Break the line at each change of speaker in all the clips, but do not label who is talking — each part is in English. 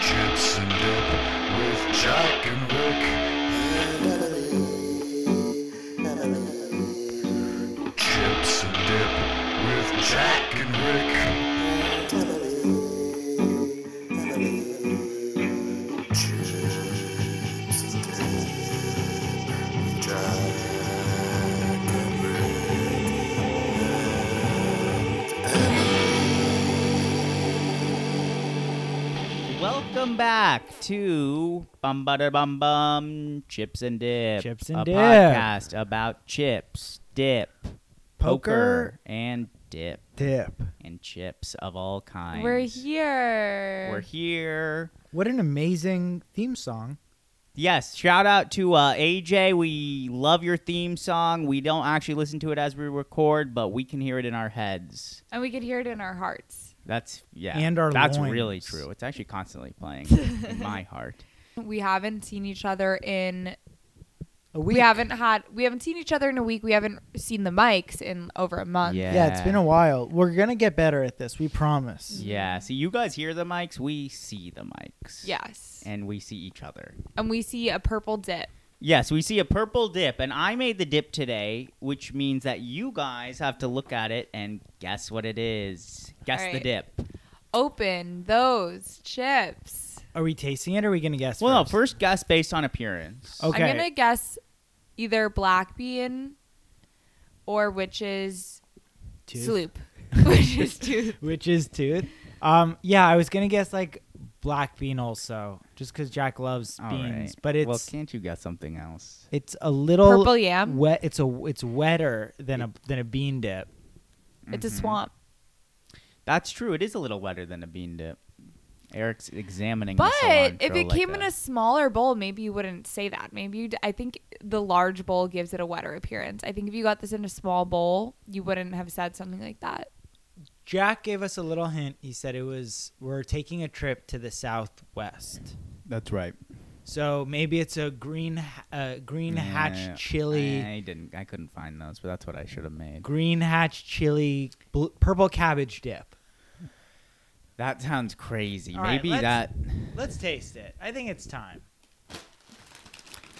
and Dip with Jack and Rick. Chips and Dip with Jack and Rick. Chips and Dip with Jack and Rick.
Welcome back to Bum Butter Bum Bum Chips and Dip.
Chips and
a
Dip.
podcast about chips, dip,
Poker.
and dip,
Dip.
and chips of all kinds.
We're here.
We're here.
What an amazing theme song.
Yes, shout out to uh, AJ. We love your theme song. We don't actually listen to it as we record, but we can hear it in our heads.
And we could hear it in our hearts.
That's yeah.
And our
That's
loins.
really true. It's actually constantly playing in my heart.
We haven't seen each other in
A
we
week.
haven't had we haven't seen each other in a week. We haven't seen the mics in over a month.
Yeah.
yeah, it's been a while. We're gonna get better at this. We promise.
Yeah. So you guys hear the mics, we see the mics.
Yes. And,
And we see each other.
we see a purple dip.
Yes, we see a purple dip, and I made the dip today, which means that you guys have to look at it and guess what it is. Guess the
Alright.
dip.
Open those chips.
Are we tasting it? or Are we gonna guess?
Well,
first?
no, first guess based on appearance.
Okay.
I'm gonna guess either black bean or witch's
Tooth.
sloop. witch's tooth.
Which is tooth. Um, yeah, I was gonna guess like black bean also, just because Jack loves
All
beans.
right.
But it's
well, can't you guess something else?
it's a little
Purple yam.
wet. It's a it's wetter than a than a bean dip.
It's a
Mm-hmm.
Mhm.
swamp.
That's true. It is a little wetter than a bean dip. Eric's examining. the
But
cilantro
if it
like
came in a smaller bowl, maybe you wouldn't say that. Maybe you'd, I think the large bowl gives it a wetter appearance. I think if you got this in a small bowl, you wouldn't have said something like that.
Jack gave us a little hint. He said it was we're taking a trip to the southwest.
That's right.
So maybe it's a green ha- uh, green
Yeah,
hatch chili,
I didn't. I couldn't find those, but that's what I should have made.
green hatch chili, bl- purple cabbage dip.
That sounds crazy.
All right,
Maybe
let's-
that.
Let's taste it. I think it's time.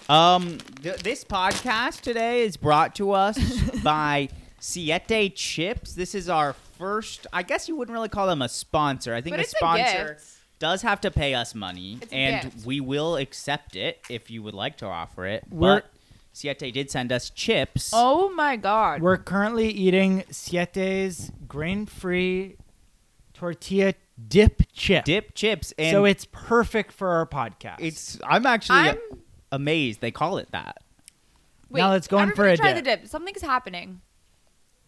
Um, th- this podcast today is brought to us by Siete Chips. This is our first. I guess you wouldn't really call them a sponsor. I think
But
a
it's a
sponsor
gift.
does have to pay us money,
It's a
and
gift.
we will accept it if you would like to offer it.
We're-
but Siete did send us chips.
Oh my god.
We're currently eating Siete's grain-free tortilla dip chip.
dip chips, and
so it's perfect for our podcast.
it's. I'm actually
I'm
amazed they call it that.
wait,
now let's go in for
everybody
a
try the dip. Something's happening.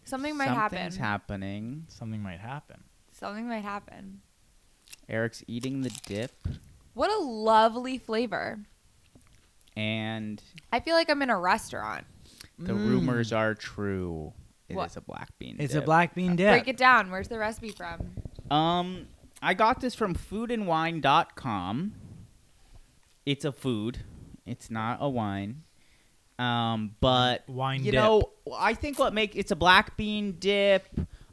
Something might
Something's
happen.
happening.
something might happen.
Something might happen.
Eric's eating the dip,
What a lovely flavor.
and
I feel like I'm in a restaurant.
The
Mm.
rumors are true. It is
What?
a black bean.
It's
dip.
a black bean dip.
Break it down. Where's the recipe from?
Um, I got this from foodandwine.com. It's a food. It's not a wine. Um, but
Wine
you
dip.
know, I think what make it's a black bean dip.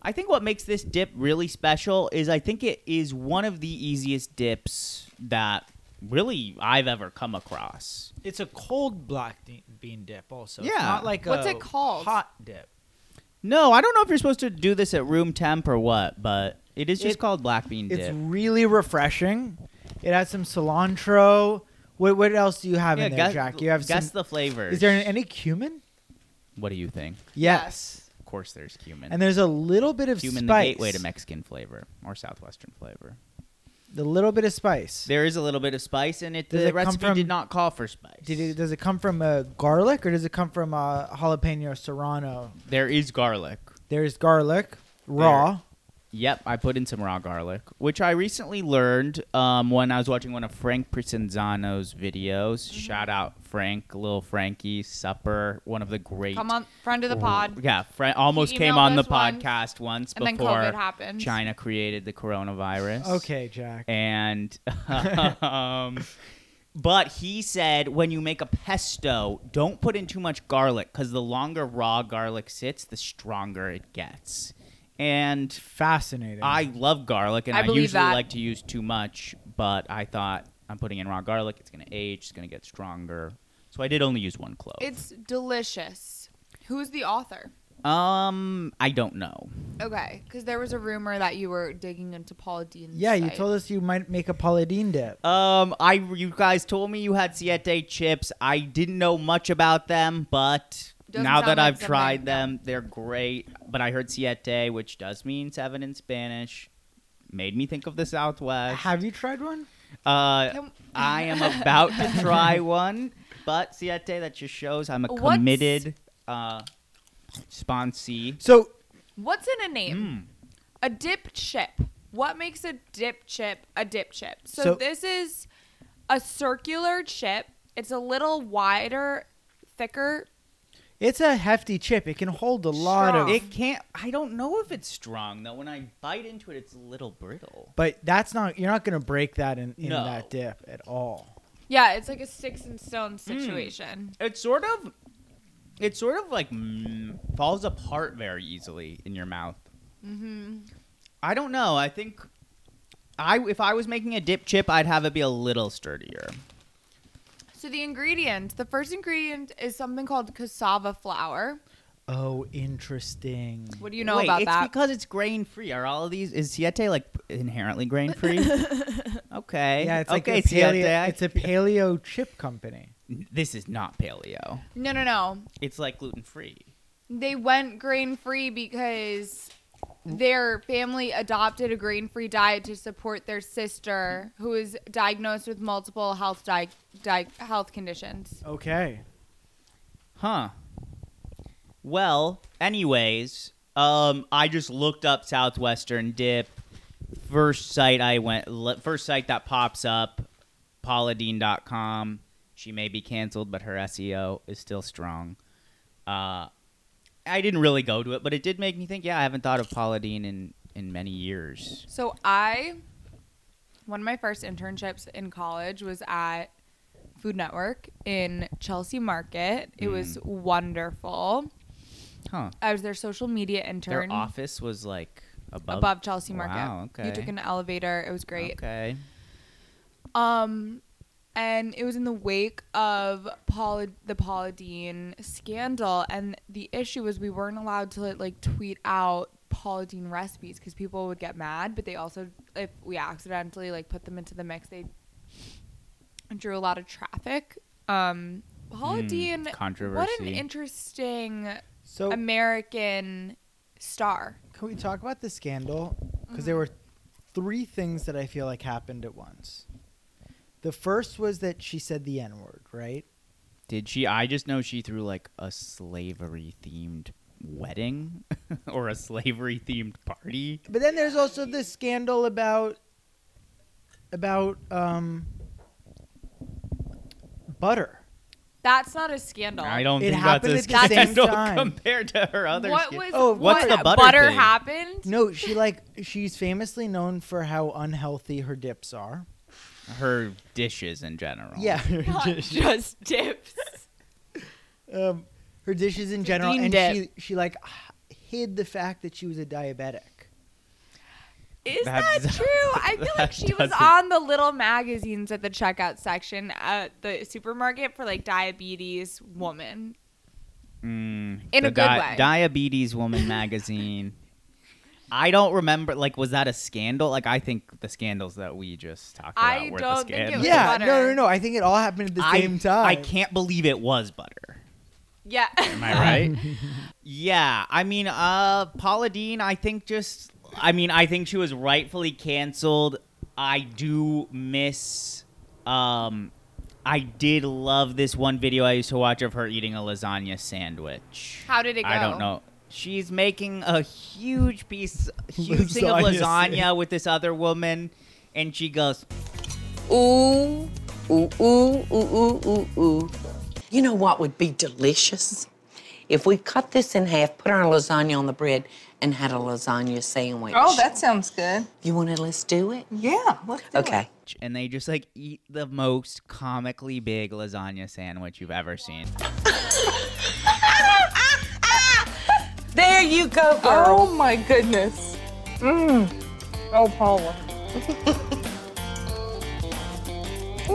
I think what makes this dip really special is I think it is one of the easiest dips that really I've ever come across.
it's a cold black de- bean dip. Also, it's
Yeah.
not like
What's
a
it called?
Hot dip.
No, I don't know if you're supposed to do this at room temp or what, but it is just
It-
called black bean dip.
It's really refreshing. It has some cilantro. What what else do you have in there, Jack? You have
guess
some.
the flavors.
Is there any cumin?
What do you think?
Yes.
Of course, there's cumin.
And there's a little bit of
cumin,
spice.
the gateway to Mexican flavor or southwestern flavor.
The little bit of spice.
There is a little bit of spice in it.
Does
the
it come
recipe
from-
did not call for spice.
Did it, does it come from a garlic or does it come from a jalapeno serrano?
there is garlic.
There's garlic raw.
Yep, I put in some raw garlic, which I recently learned um, when I was watching one of Frank Prisenzano's videos.
Mm-hmm.
Shout out Frank, little Frankie, supper, one of the great.
Come on, friend of the pod.
Yeah, Frank almost came
emailed
on the
us once,
podcast once,
And then
before
COVID happened.
China created the coronavirus.
Okay, Jack.
And um, but he said when you make a pesto, don't put in too much garlic because the longer raw garlic sits, the stronger it gets. And
Fascinating.
I love garlic, and
I
I,
believe
usually
that.
like to use too much, but I thought I'm putting in raw garlic. It's going to age. It's going to get stronger. So I did only use one clove.
It's delicious. Who's the author?
um, I don't know.
Okay, because there was a rumor that you were digging into Paula Dean's.
Yeah, you
site.
told us you might make a Pauladine dip.
Um, I you guys told me you had Siete chips. I didn't know much about them, but
Doesn't
now
sound
that
like
I've
something-
tried them, they're great. But I heard Siete, which does mean seven in Spanish, made me think of the Southwest.
Have you tried one?
Uh,
Can-
I am about to try one, but Siete that just shows I'm a
What's-
committed uh sponsee. Hmm.
So
What's in a
Mm.
name? A dip chip. What makes a dip chip a dip chip? So,
So-
this is a circular chip. It's a little wider, thicker.
it's a hefty chip. It can hold a lot of.
Strong.
It can't. I don't know if it's strong though. When I bite into it, it's a little brittle.
But that's not. You're not going to break that in, in
No.
that dip at all.
Yeah, it's like a six and stone situation.
It's sort of, it sort of like mm, falls apart very easily in your mouth.
Mm-hmm.
I don't know. I think, I if I was making a dip chip, I'd have it be a little sturdier.
So the ingredients. The first ingredient is something called cassava flour.
Oh, interesting.
What do you know
Wait,
about
it's
that?
because it's grain free. Are all of these is siete like inherently grain free? okay.
Yeah, it's like
okay,
a paleo,
siete. I-
It's a paleo chip company.
this is not paleo.
no, no, no.
It's like gluten free.
They went grain free because their family adopted a grain free diet to support their sister who was diagnosed with multiple health di- di- health conditions.
Okay.
Huh. Well, anyways, um, I just looked up Southwestern Dip. First site I went, le- first site that pops up, pauladine.com. She may be canceled, but her SEO is still strong. Uh, I didn't really go to it, but it did make me think. Yeah, I haven't thought of Paula Deen in in many years.
So I one of my first internships in college was at Food Network in Chelsea Market. It
Mm.
was wonderful.
Huh?
I was their social media intern
Their office was like above.
above Chelsea Market.
Wow,
You took
okay.
an elevator. It was great.
Okay.
Um, and it was in the wake of Paula, the Paula Dean scandal, and the issue was we weren't allowed to like tweet out Paula Dean recipes because people would get mad. But they also, if we accidentally like put them into the mix, they drew a lot of traffic. Um, Paula
Hmm,
Dean, what an
controversy.
interesting
Oh.
So
American star.
can we talk about the scandal? Because there
Mm-hmm.
were three things that I feel like happened at once. The first was that she said the N word, right?
Did she? I just know she threw like a slavery themed wedding or a slavery themed party.
But then there's also the scandal about about um, butter.
That's not a scandal.
I don't
It
think
happened
that's a
at the same
scandal
time.
compared to her other.
What
sca-
was
Oh,
what's
what-
the butter thing?
happened?
No, she like she's famously known for how unhealthy her dips are.
her dishes in general?
Yeah,
Not
her dish-
just dips.
um, her dishes in general,
Dean
and
dip.
she she like h- hid the fact that she was a diabetic.
Is
That
that
does-
true? I feel
that
like she was
doesn't-
on the little magazines at the checkout section at the supermarket for like diabetes woman.
Mm,
In
the
a good way.
Diabetes Woman magazine. I don't remember. Like, was that a scandal? Like, I think the scandals that we just talked about
I
were the
don't think it
scandals.
was
Yeah,
butter.
no, no, no. I think it all happened at the
I-
same time.
I can't believe it was butter.
Yeah.
Am I right? yeah. I mean, uh, Paula Dean, I think just, I mean, I think she was rightfully canceled. I do miss, um, I did love this one video I used to watch of her eating a lasagna sandwich.
How did it
I
go?
don't know. She's making a huge piece, huge thing of
Lasagna
lasagna
sandwich.
with this other woman, and she goes,
Ooh, ooh, ooh, ooh, ooh, ooh, ooh.
You know what would be delicious? If we cut this in half, put our lasagna on the bread, and had a lasagna sandwich.
Oh, that sounds good.
You want to let's do it?
Yeah, let's do
Okay.
and they just like eat the most comically big lasagna sandwich you've ever seen.
There you go,
it.
girl.
Oh my goodness. Mmm. Oh, Paula.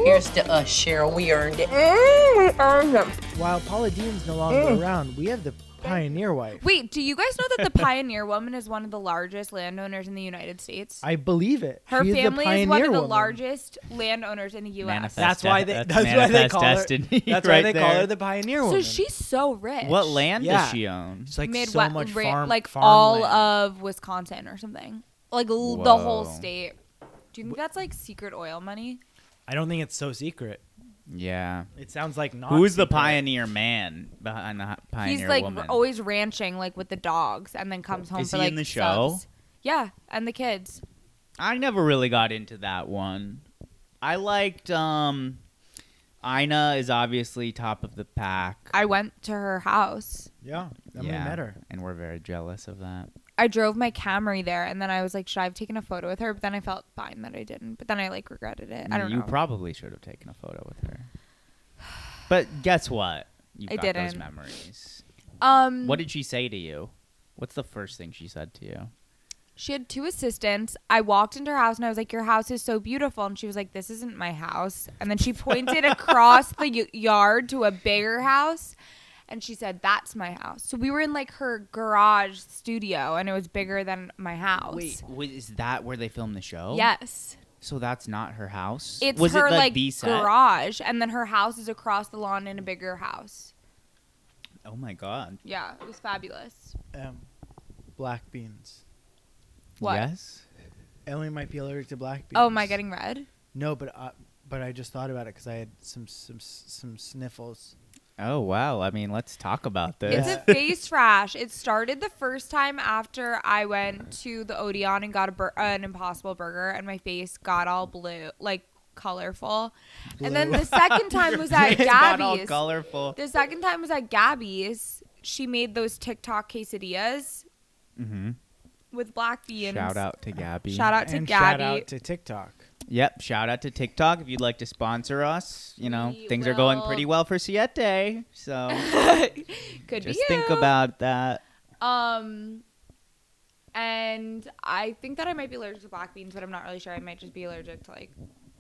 Here's to us, Cheryl. We earned it.
Mm, we earned them.
While Paula Deen's no longer around, we have the pioneer wife.
Wait, do you guys know that the Pioneer Woman is one of the largest landowners in the United States?
I believe it.
Her
She's the
family is one
pioneer
of the
woman.
largest landowners in the U.S.
Manifest.
That's why they.
That's
That's, why they
manifest
call her.
destiny
That's
right
why they call
there.
her the pioneer
So
woman.
she's so rich.
What land
Yeah.
does she own?
It's like so
Midwest,
much
ra-
farm,
like all
farmland.
of Wisconsin or something, like l- the whole
Whoa.
state. Do you think that's like secret oil money?
I don't think it's so secret.
Yeah.
It sounds like not.
Who's the
secret.
pioneer man behind the hi- pioneer
He's like
woman?
always ranching, like with the dogs, and then comes home
Is
for
he
like
in the show?
subs. Yeah, and the kids.
I never really got into that one. I liked um Ina is obviously top of the pack.
I went to her house.
Yeah, then we met her.
And we're very jealous of that.
I drove my Camry there, and then I was like, should I have taken a photo with her? But then I felt fine that I didn't. But then I like regretted it. I don't
Mm, you
know.
probably should have taken a photo with her. But guess what? You
I
got those
didn't.
memories.
um,
What did she say to you? What's the first thing she said to you?
She had two assistants. I walked into her house and I was like, "Your house is so beautiful," and she was like, "This isn't my house." And then she pointed across the y- yard to a bigger house, and she said, "That's my house." So we were in like her garage studio, and it was bigger than my house.
wait, is that where they filmed the show?
Yes,
So that's not her house.
it's
Was
her
it
like,
the set?
garage, and then her house is across the lawn in a bigger house.
Oh my god.
Yeah, it was fabulous.
Um, black beans.
What?
Yes.
Ellie might be allergic to black beans.
Oh, am I getting red?
No, but uh, but I just thought about it because I had some some some sniffles.
Oh wow. I mean, let's talk about this.
It's a face rash. It started the first time after I went to the Odeon and got a bur- uh, an Impossible Burger, and my face got all blue, like colorful. And then the second time was at
It's got all
Gabby's.
colorful.
The second time was at Gabby's. She made those TikTok quesadillas
Mm-hmm.
with black beans.
Shout out to Gabby.
Shout out to
and shout
Gabby.
out to TikTok.
Yep. Shout out to TikTok if you'd like to sponsor us. You know,
We
things are going
will.
pretty well for Siete, so
Could
just
be
think
you.
about that.
Um, and I think that I might be allergic to black beans, but I'm not really sure. I might just be allergic to like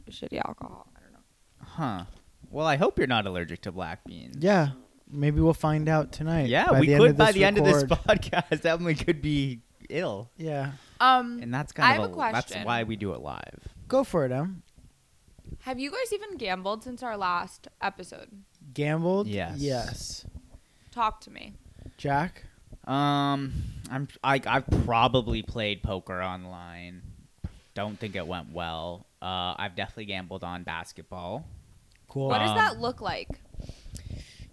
shitty alcohol. I don't know.
Huh. Well, I hope you're not allergic to black beans.
Yeah, maybe we'll find out tonight.
Yeah,
by
we
the end
could
of
by
this
the end of this
record.
podcast. Emily could be ill,
Yeah,
Um,
and that's
I
kind
have
of
a
that's
question.
why we do it live.
go for it, um. Em.
Have you guys even gambled since our last episode?
Gambled.
Yes.
Yes.
Talk to me.
Jack.
Um, I'm I I've probably played poker online. Don't think it went well. Uh, I've definitely gambled on basketball.
Cool.
What does
Um,
that look like?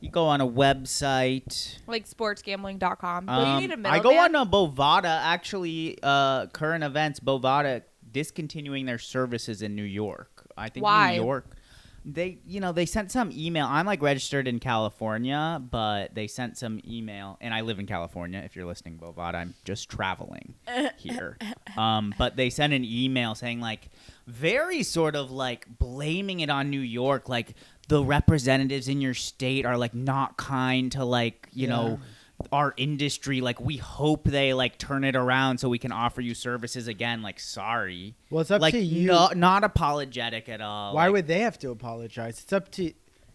You go on a website.
Like sportsgambling.com. Do
Um,
you need a
I
middleman?
go on a Bovada. Actually, uh, current events. Bovada discontinuing their services in New York. I think
Why?
New York. They, you know, they sent some email. I'm like registered in California, but they sent some email, and I live in California. If you're listening, Bovada, I'm just traveling here. Um, but they sent an email saying like, very sort of like blaming it on New York, like the representatives in your state are like not kind to like you know our industry like we hope they like turn it around so we can offer you services again like sorry
Well, it's up
like
to you.
no- not apologetic at all
Why
Like,
would they have to apologize? It's up to.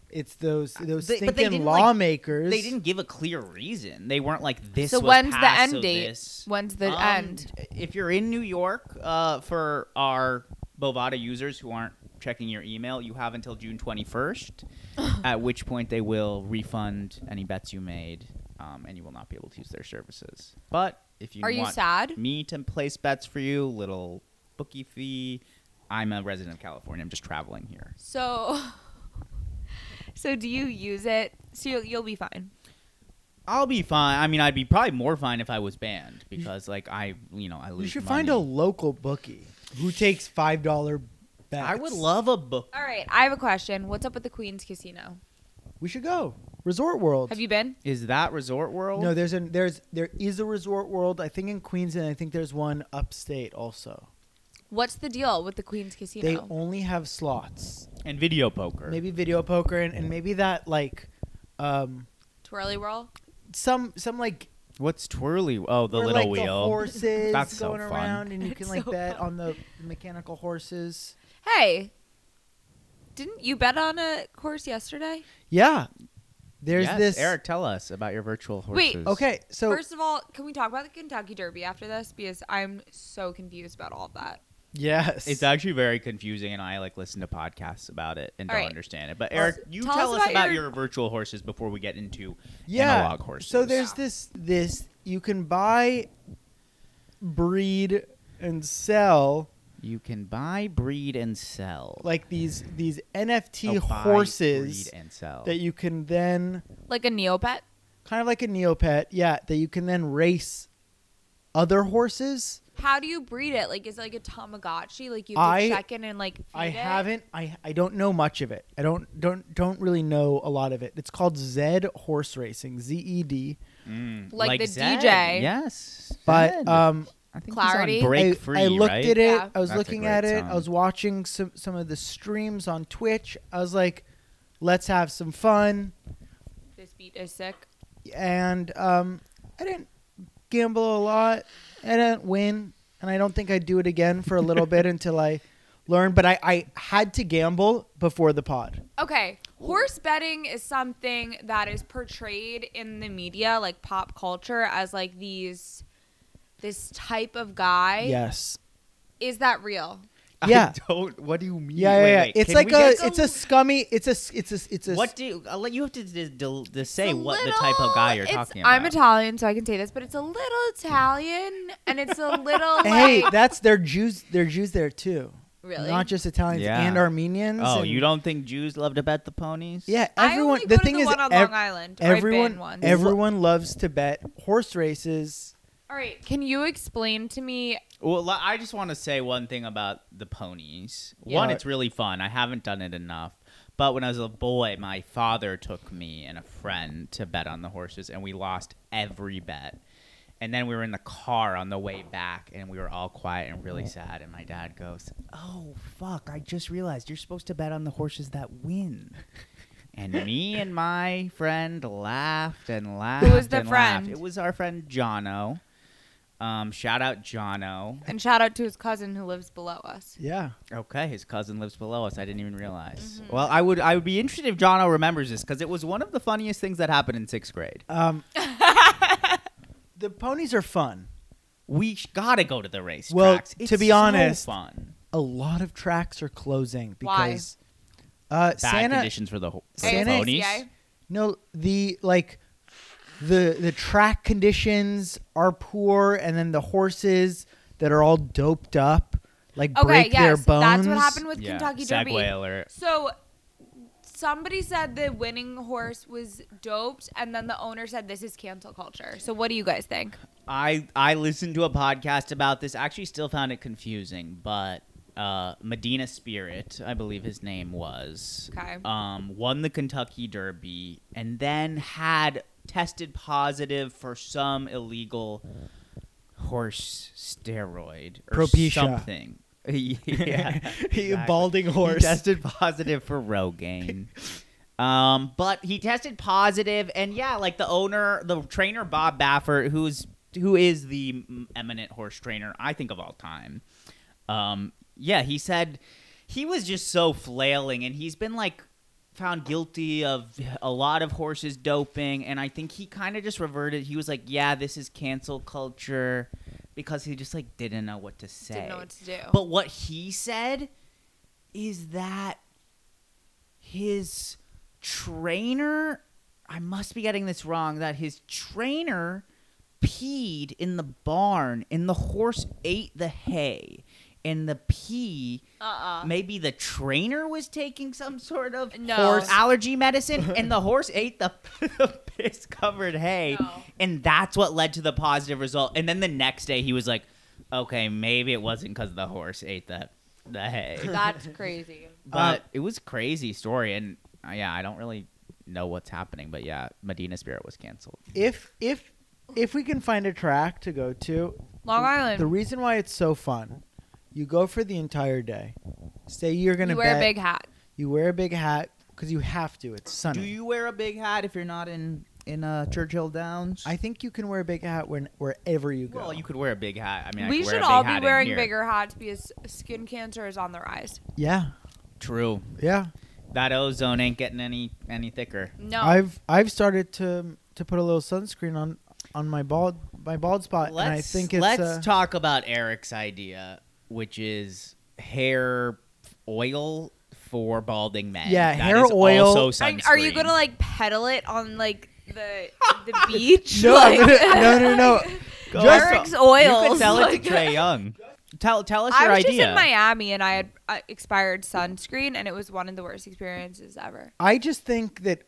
It's those
Uh,
those
They- but they
stinking
didn't, like-
lawmakers.
they didn't give a clear reason they weren't like this
So
was
when's the
passed,
end
so
date?
this.
When's the
Um,
end?
if you're in new york uh, for our bovada users who aren't checking your email you have until june 21st at which point they will refund any bets you made um, and you will not be able to use their services but if you
Are you
want
sad?
me to place bets for you, little bookie fee. I'm a resident of California. I'm just traveling here.
So So do you use it? So you'll, you'll be fine.
I'll be fine. I mean, I'd be probably more fine if I was banned because, like, I, you know, I lose.
You should find a
money.
local bookie who takes five dollar bets.
I would love a book.
All right, I have a question. What's up with the Queen's Casino?
We should go Resort World.
Have you been?
Is that Resort World?
No, there's an there's there is a Resort World. I think in Queens, and I think there's one upstate also.
What's the deal with the Queen's Casino?
They only have slots.
and video poker.
Maybe video poker, and, and maybe that like, um,
Twirly whirl?
some some like
What's twirly? Oh, the
where,
little
like,
wheel.
the horses
That's so
going
fun.
around, and you can
That's
like
so
bet
fun.
on the mechanical horses.
Hey. Didn't you bet on a course yesterday?
Yeah. There's
Yes,
this.
Eric, tell us about your virtual
Wait,
horses.
Okay, so
First of all, can we talk about the Kentucky Derby after this? Because I'm so confused about all of that.
yes,
It's actually very confusing, and I like listen to podcasts about it and
All
don't
right.
understand it. But
Well,
Eric, you
tell
tell, us about, your... virtual horses before we get into analog horses.
So there's this this you can buy, breed, and sell
you can buy, breed, and sell
like these these NFT
Oh, buy,
horses
breed, and sell.
that you can then
Like a Neopet?
kind of like a Neopet, yeah, that you can then race other horses.
How do you breed it? Like, is it like a Tamagotchi? Like, you
I-
have to check in and like. Feed
I
it?
haven't I I don't know much of it. I don't don't don't really know a lot of it. It's called Zed Horse Racing, Z E D.
Mm,
like the
Zed,
DJ.
Yes,
But
Zed.
um
I think he's
Clarity.
on break
I,
free.
I looked
right?
at it.
Yeah.
I was
That's a
looking
great
at it.
song.
I was watching some some of the streams on Twitch. I was like, let's have some fun.
This beat is sick.
And um, I didn't gamble a lot. I didn't win, and I don't think I'd do it again for a little bit until I learn. But I, I had to gamble before the pod.
Okay. Horse betting is something that is portrayed in the media, like pop culture, as like these, this type of guy.
Yes.
Is that real?
Yeah.
I don't. What do you mean?
Yeah, yeah,
Wait,
yeah.
wait,
It's
can
like
we
a,
get some-
it's a scummy. It's a, s- it's a, s- it's a. s-
What do you, I'll let you have to, d- d- d- say
It's a
what the type of guy you're
little- it's-
talking about?
I'm Italian, so I can say this, but it's a little Italian and it's a little like
Hey, that's their Jews. They're Jews there too.
really.
Not just Italians
Yeah.
and Armenians.
Oh,
and-
you don't think Jews love to bet the ponies?
Yeah,
I
everyone.
only
the
go
thing
to the
is,
one on
ev-
Long Island. or I've been
everyone,
once.
everyone loves to bet horse races.
All right, can you explain to me?
Well, li- I just want to say one thing about the ponies. One,
Yeah.
it's really fun. I haven't done it enough. But when I was a boy, my father took me and a friend to bet on the horses, and we lost every bet. And then we were in the car on the way back, and we were all quiet and really sad. And my dad goes, Oh, fuck, I just realized you're supposed to bet on the horses that win. And me and my friend laughed and laughed.
was the
and laughed.
friend?
It was our friend Jono. Um, shout out Jono.
And shout out to his cousin who lives below us.
Yeah,
Okay, his cousin lives below us. I didn't even realize.
Mm-hmm.
Well, I would I would be interested if Jono remembers this because it was one of the funniest things that happened in sixth grade.
um, the ponies are fun.
We sh- gotta go to the race.
Well,
it's
to be
so
honest,
fun.
A lot of tracks are closing
Why?
because uh,
Bad
Santa.
conditions for the, ho- for the
Santa-
ponies.
ASPCA?
No, the like the the track conditions are poor, and then the horses that are all doped up like
Okay,
break their
yes,
bones.
that's what happened with
Yeah,
Kentucky Derby.
Segway alert.
So somebody said the winning horse was doped, and then the owner said this is cancel culture. So what do you guys think?
I I listened to a podcast about this. Actually, still found it confusing, but uh, Medina Spirit, I believe his name was,
Okay.
um, won the Kentucky Derby and then had tested positive for some illegal horse steroid or
Propecia.
something. yeah, exactly.
Balding horse.
He tested positive for Rogaine. um, but he tested positive, and yeah, like the owner, the trainer Bob Baffert, who's who is the eminent horse trainer I think of all time. Um, yeah, he said he was just so flailing, and he's been like found guilty of a lot of horses doping, and I think he kind of just reverted. He was like, "Yeah, this is cancel culture," because he just like didn't know what to say.
Didn't know what to do.
But what he said is that his trainer, I must be getting this wrong, that his trainer peed in the barn and the horse ate the hay. And the pee,
Uh-uh.
maybe the trainer was taking some sort of
No.
horse allergy medicine, and the horse ate the, the piss covered hay.
No.
And that's what led to the positive result. And then the next day, he was like, okay, maybe it wasn't because the horse ate the, the hay.
That's crazy.
But it was crazy story, and uh, yeah, I don't really know what's happening, but yeah, Medina Spirit was canceled.
if if if we can find a track to go to,
Long Island.
the reason why it's so fun, you go for the entire day. Say you're gonna
you wear
bet,
a big hat.
You wear a big hat because you have to. It's sunny.
Do you wear a big hat if you're not in in uh, Churchill Downs?
I think you can wear a big hat when wherever you go.
well, you could wear a big hat. I mean, I
we
could wear a
should
big
all
hat
be
in
wearing
here.
bigger hats because skin cancer is on the rise.
yeah,
True.
yeah.
That ozone ain't getting any any thicker.
No.
I've I've started to to put a little sunscreen on on my bald my bald spot,
Let's
and I think it's
let's
uh,
talk about Eric's idea, which is hair oil for balding men.
Yeah,
That
hair
is
oil.
Also
Are, are you
sunscreen.
gonna like pedal it on like the the beach?
no, I'm
like,
gonna, no no no.
Go
Eric's
also- You
oils.
could sell it to
like-
Trey Young. Tell tell us
I
your
was
idea.
just in Miami and I had uh, expired sunscreen and it was one of the worst experiences ever.
I just think that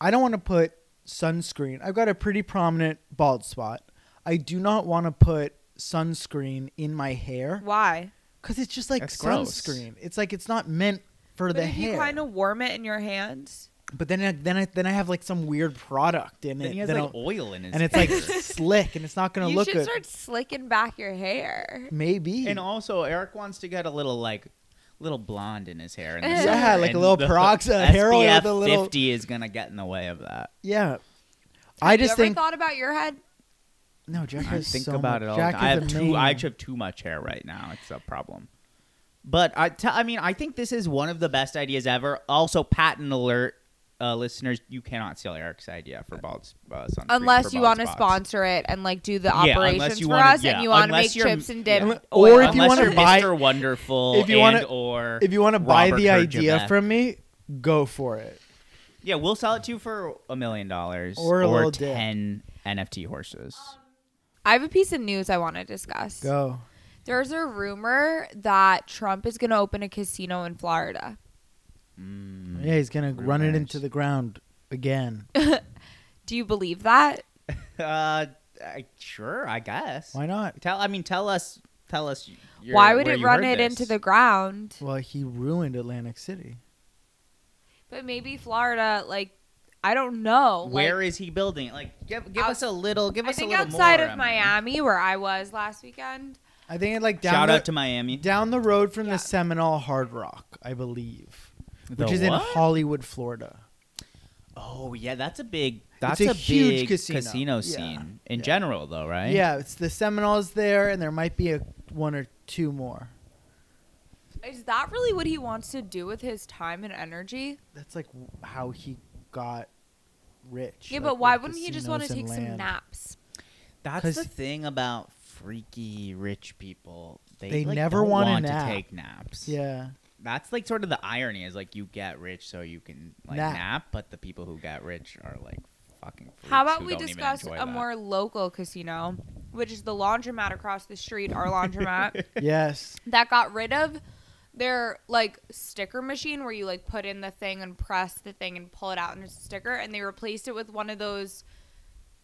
I don't want to put sunscreen. I've got a pretty prominent bald spot. I do not want to put sunscreen in my hair
Why?
because it's just like
That's gross.
sunscreen. It's like it's not meant for
But
the
if
hair.
you kind of warm it in your hands,
but then I, then I then I have like some weird product in
Then
it,
he has
that I
like
don't-
oil in his
and it's like
hair.
slick and it's not gonna
you
look
should
good.
start slicking back your hair.
Maybe
And also, Eric wants to get a little like little blonde in his hair. In the
Yeah,
summer,
like a
and
little
the
peroxide hair oil with
SPF
a little-
fifty is gonna get in the way of that.
yeah. I
you
just
ever
think
thought about your head?
no. Jack
I
has
think
so
about
much-
it all.
Jack
the time. I have
is a
too. I
maniac.
actually have too much hair right now. It's a problem. But I, t- I mean, I think this is one of the best ideas ever. Also, patent alert, uh, listeners, you cannot steal Eric's idea for bald s- uh, sunscreen
Unless
for
you
bald
want to
spots.
sponsor it and like do the
Yeah,
operations
unless you
for
wanna-
us
yeah,
and you want to
unless
make
you're-
chips and dip.
yeah.
oil.
Or if you
Unless
wanna
you're
buy-
Mr. Wonderful,
if you
and
wanna-
or
If you want to buy
Robert
the idea
Kurjavec.
from me, go for it.
yeah, we'll sell it to you for a million dollars
Or a little dip.
ten NFT horses.
I have a piece of news I want to discuss.
Go.
There's a rumor that Trump is going to open a casino in Florida.
Mm. Hmm.
Yeah, he's gonna run it
Rumors.
into the ground again.
Do you believe that?
Uh, I, sure, I guess.
Why not?
Tell, I mean, tell us, tell us. Your,
Why would
where
it
you
run
heard
it
this.
into the ground?
Well, he ruined Atlantic City.
But maybe Florida, like, I don't know.
Where is
like,
he building? it? Like, give, give
Out-
us a little. Give
I
us
think
a little
outside
more,
of
Emily.
Miami, where I was last weekend.
I think it like down
Shout
the,
out to Miami.
down the road from
Yeah.
the Seminole Hard Rock, I believe,
The
which is in
what?
Hollywood, Florida.
Oh yeah, that's a big. That's
a
a, big
huge casino. Yeah.
scene in
Yeah.
general, though, right?
Yeah, it's the Seminoles there, and there might be a one or two more.
Is that really what he wants to do with his time and energy?
That's like w- how he got rich.
Yeah,
like,
but why
with
wouldn't he just want
casinos
to
and
take some
land.
naps?
That's
'Cause-
the thing about freaky rich people. They,
They
like,
never
don't
want
want
a
to
nap.
take naps.
Yeah,
that's like sort of the irony is like you get rich so you can like
Nap.
nap, but the people who got rich are like fucking. Freaks
How about
who
we
don't even
discuss
enjoy
a
that.
more local casino, which is the laundromat across the street, our laundromat,
yes.
that got rid of their like sticker machine where you like put in the thing and press the thing and pull it out and it's a sticker and they replaced it with one of those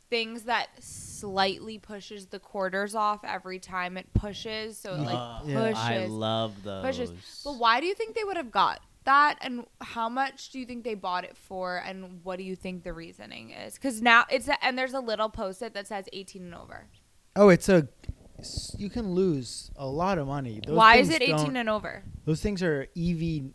things that slightly pushes the quarters off every time it pushes so it like
Oh,
pushes
I love those.
pushes but why do you think they would have got that and how much do you think they bought it for and what do you think the reasoning is because now it's a, and there's a little post-it that says 18 and over
Oh, it's a. s- You can lose a lot of money. Those
why is
things
it 18
don't-
and over
Those things are EV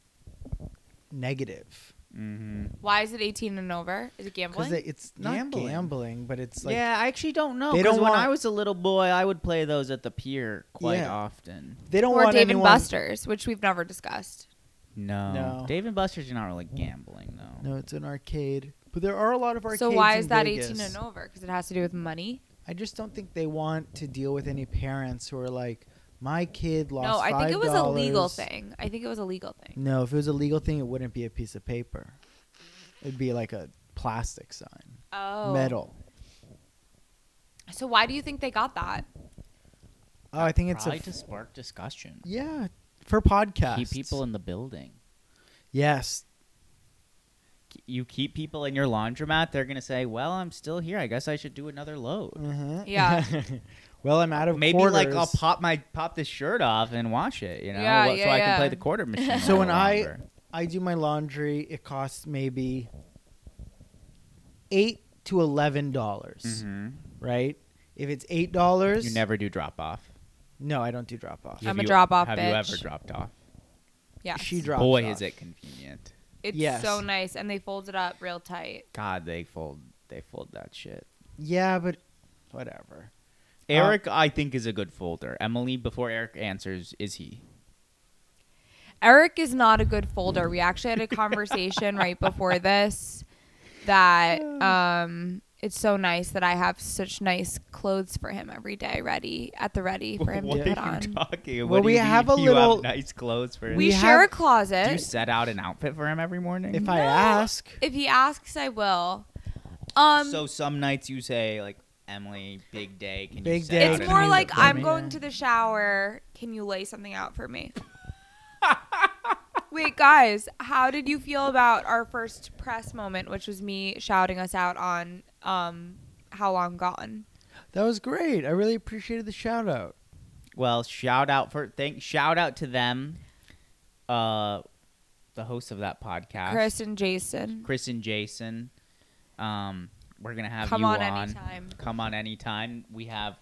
negative
Mm-hmm.
why is it 18 and over is it gambling
because it's not
Gambling.
gambling. but it's like
yeah, I actually don't know.
They
Because
don't
when
want-
I was a little boy, I would play those at the pier quite
Yeah.
often.
they don't
or
want
Dave
anyone.
and Buster's, which we've never discussed.
No.
No.
Dave and Buster's are not really gambling though.
No, it's an arcade, but there are a lot of arcades.
so why
in
is that
Vegas.
18 and oh? over? Because it has to do with money.
I just don't think they want to deal with any parents who are like, my kid lost.
no, I think it was a legal
$5."
thing. I think it was a legal thing.
No, if it was a legal thing, it wouldn't be a piece of paper. It'd be like a plastic sign,
Oh,
metal.
So why do you think they got that?
Oh, I think it's a
Probably
f-
to spark discussion.
yeah for podcasts.
Keep people in the building.
Yes,
K- You keep people in your laundromat. They're gonna say, "Well, I'm still here. I guess I should do another load."
Uh-huh.
Mm-hmm. Yeah.
well, I'm out of
Maybe like I'll
quarters.
pop my pop this shirt off and watch it. You know,
Yeah,
wh- so
yeah,
I can
yeah.
play the quarter machine.
So
a
when
little
I-
longer.
I do my laundry. It costs maybe eight to eleven dollars,
Mhm.
right? If it's eight dollars,
you never do drop off.
No, I don't do drop off.
I'm
Have
a
you-
drop-off
Have
bitch.
you ever dropped off?
Yeah.
She drops.
Boy,
off.
is it convenient.
It's
Yes.
so nice, and they fold it up real tight.
God, they fold. They fold that shit.
Yeah, but whatever.
Eric, I think, is a good folder. Emily, before Eric answers, is he?
Eric is not a good folder. We actually had a conversation right before this that um it's so nice that I have such nice clothes for him every day ready at the ready for him
what
to
are
put
you
on.
talking? What
Well,
do
we
you
have
mean
a
you
little-
nice clothes for him.
We
We
share a
have-
do you
closet.
set out an outfit for him every morning?
If I ask,
If he asks, I will. Um
so some nights you say like Emily, big day. Can
Big
you set
day,
out
it's
an
more
outfit
like
for
I'm
me?"
going to the shower. Can you lay something out for me? Wait, guys, how did you feel about our first press moment, which was me shouting us out on um, how long gone?
that was great. I really appreciated the shout out.
Well, shout out for thank shout out to them. Uh, the hosts of that podcast,
Chris and Jason,
Chris and Jason. Um, we're gonna have
come
you
on, anytime.
Come on anytime. We have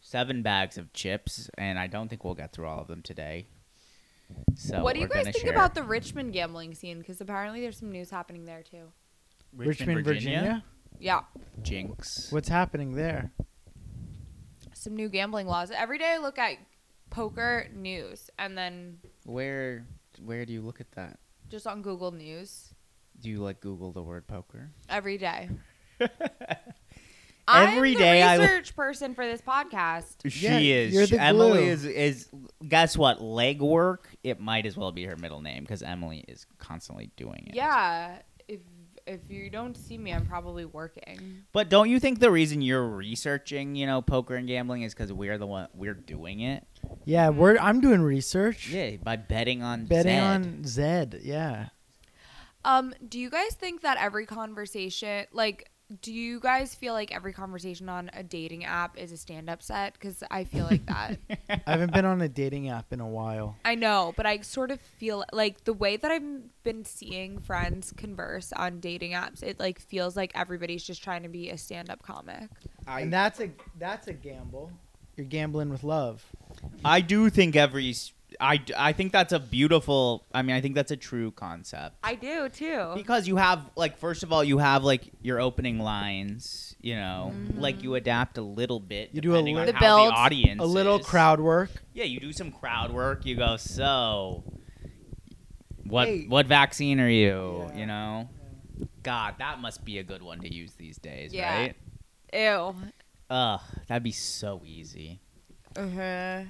seven bags of chips, and I don't think we'll get through all of them today. So
what do you
we're
guys
gonna
think
share.
about the Richmond gambling scene? Because apparently there's some news happening there too.
Richmond, Virginia.
Yeah,
Jinx.
What's happening there?
some new gambling laws. Every day I look at poker news and then
Where where do you look at that?
just on Google News
Do you like Google the word poker?
every day.
Every
Every
day
day,
I
I'm the
lo-
research person for this podcast.
She
Yeah,
is.
you're the
Emily
glue.
is is guess what? Legwork. It might as well be her middle name because Emily is constantly doing it.
Yeah. If if you don't see me, I'm probably working.
But don't you think the reason you're researching, you know, poker and gambling is because we're the one we're doing it?
Yeah, we're I'm doing research.
Mm. Yeah, by betting on
Betting
Zed.
on Zed. Yeah.
Um, do you guys think that every conversation, like, do you guys feel like every conversation on a dating app is a stand-up set? Because I feel like that.
I haven't been on a dating app in a while.
I know, but I sort of feel like the way that I've been seeing friends converse on dating apps, it like feels like everybody's just trying to be a stand-up comic.
and that's a that's a gamble. You're gambling with love.
I do think every. s- I, d- I think that's a beautiful. I mean, I think that's a true concept.
I do too.
because you have like first of all you have like your opening lines you know
Mm-hmm.
like you adapt a little bit
You do a
depending
li-
on
The
how
build.
the audience
A little
is.
crowd work.
yeah you do some crowd work you go so what
Hey.
what vaccine are you
Yeah.
you know god that must be a good one to use these days
Yeah.
right
Ew.
ugh that'd be so easy
Uh-huh.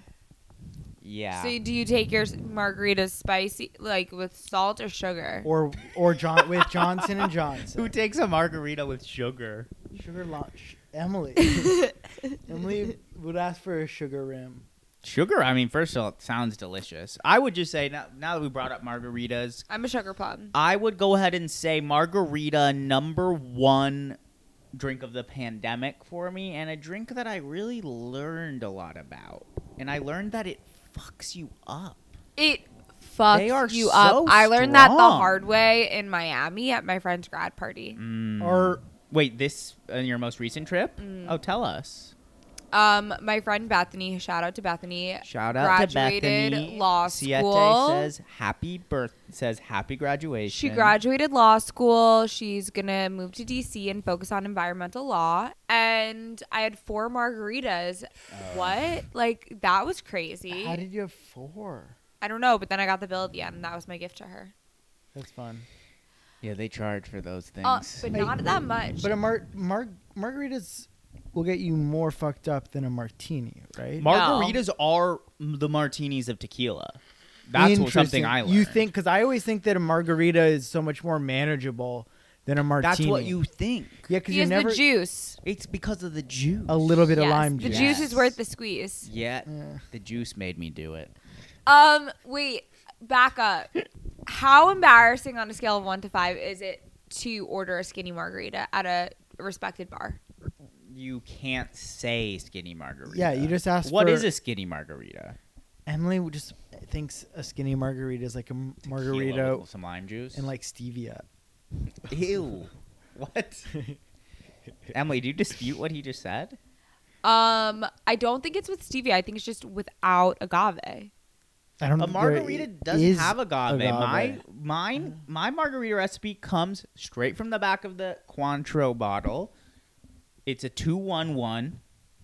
yeah
So do you take your margaritas spicy, like with salt or sugar?
Or or John with Johnson and Johnson.
who takes a margarita with sugar
Sugar launch. Emily. Emily would ask for a sugar rim.
Sugar, I mean, first of all, it sounds delicious. I would just say now, now that we brought up margaritas,
I'm a sugar plum.
I would go ahead and say margarita number one drink of the pandemic for me, and a drink that I really learned a lot about. And I learned that it fucks you up.
It fucks
They are
you
so
up. I learned that the
strong. Mm.
hard way in Miami at my friend's grad party.
Or
Wait, this on your most recent trip?
Mm.
Oh, tell us.
Um, my friend Bethany, shout out to Bethany.
Shout out
Graduated
to Bethany.
law
Siete
school.
says happy birth says happy graduation.
She graduated law school. She's gonna move to DC and focus on environmental law. And I had four margaritas.
Uh.
What? Like that was crazy.
how did you have four?
I don't know, but then I got the bill at the end, and that was my gift to her.
That's fun.
Yeah, they charge for those things.
Uh, but not that much.
But um, a mar- mar- margaritas will get you more fucked up than a martini, right?
Margaritas are m- the martinis of tequila. That's what, something
Interesting.
I learned.
You think because I always think that a margarita is so much more manageable than a martini.
that's what you think?
yeah because
He
you
is
never
the juice.
It's because of the juice.
a little bit of
Yes,
lime
the
juice.
juice is
Yes.
worth the squeeze.
Yeah, the juice made me do it.
Um, wait, back up. How embarrassing on a scale of one to five is it to order a skinny margarita at a respected bar?
You can't say skinny margarita.
Yeah, you just ask
What
for-
is a skinny margarita?
Emily would just thinks a skinny margarita is like a m-
Tequila
margarita
with some lime juice
and like stevia.
ew. what? Emily, do you dispute what he just said?
Um, I don't think it's with stevia. I think it's just without agave.
I don't.
A
know,
margarita
there
doesn't
is
have agave. My Uh.
agave.
mine my margarita recipe comes straight from the back of the Cointreau bottle. It's a two one one.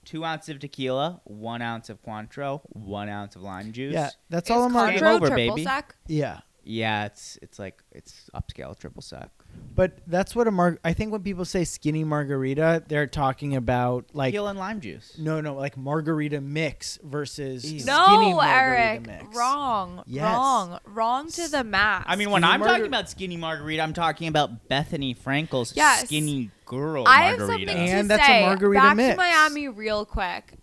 two ounces of tequila, one ounce of Cointreau, one ounce of lime juice.
Yeah, that's all I'm
Game
arguing.
Contro- over,
triple
baby.
sec?
Yeah,
yeah, it's it's like it's upscale triple sec.
but that's what a mar. I think when people say skinny margarita, they're talking about like
Tequila and lime juice.
no, no, like margarita mix versus skinny
No,
margarita
Eric.
mix.
Wrong.
Yes.
Wrong. Wrong to the max.
I mean, when
Skinny
I'm talking
margar-
about skinny margarita, I'm talking about Bethany Frankel's
Yes.
skinny girl
I have
margarita.
something
And
to
that's a
say.
margarita
Back
mix.
to Miami real quick.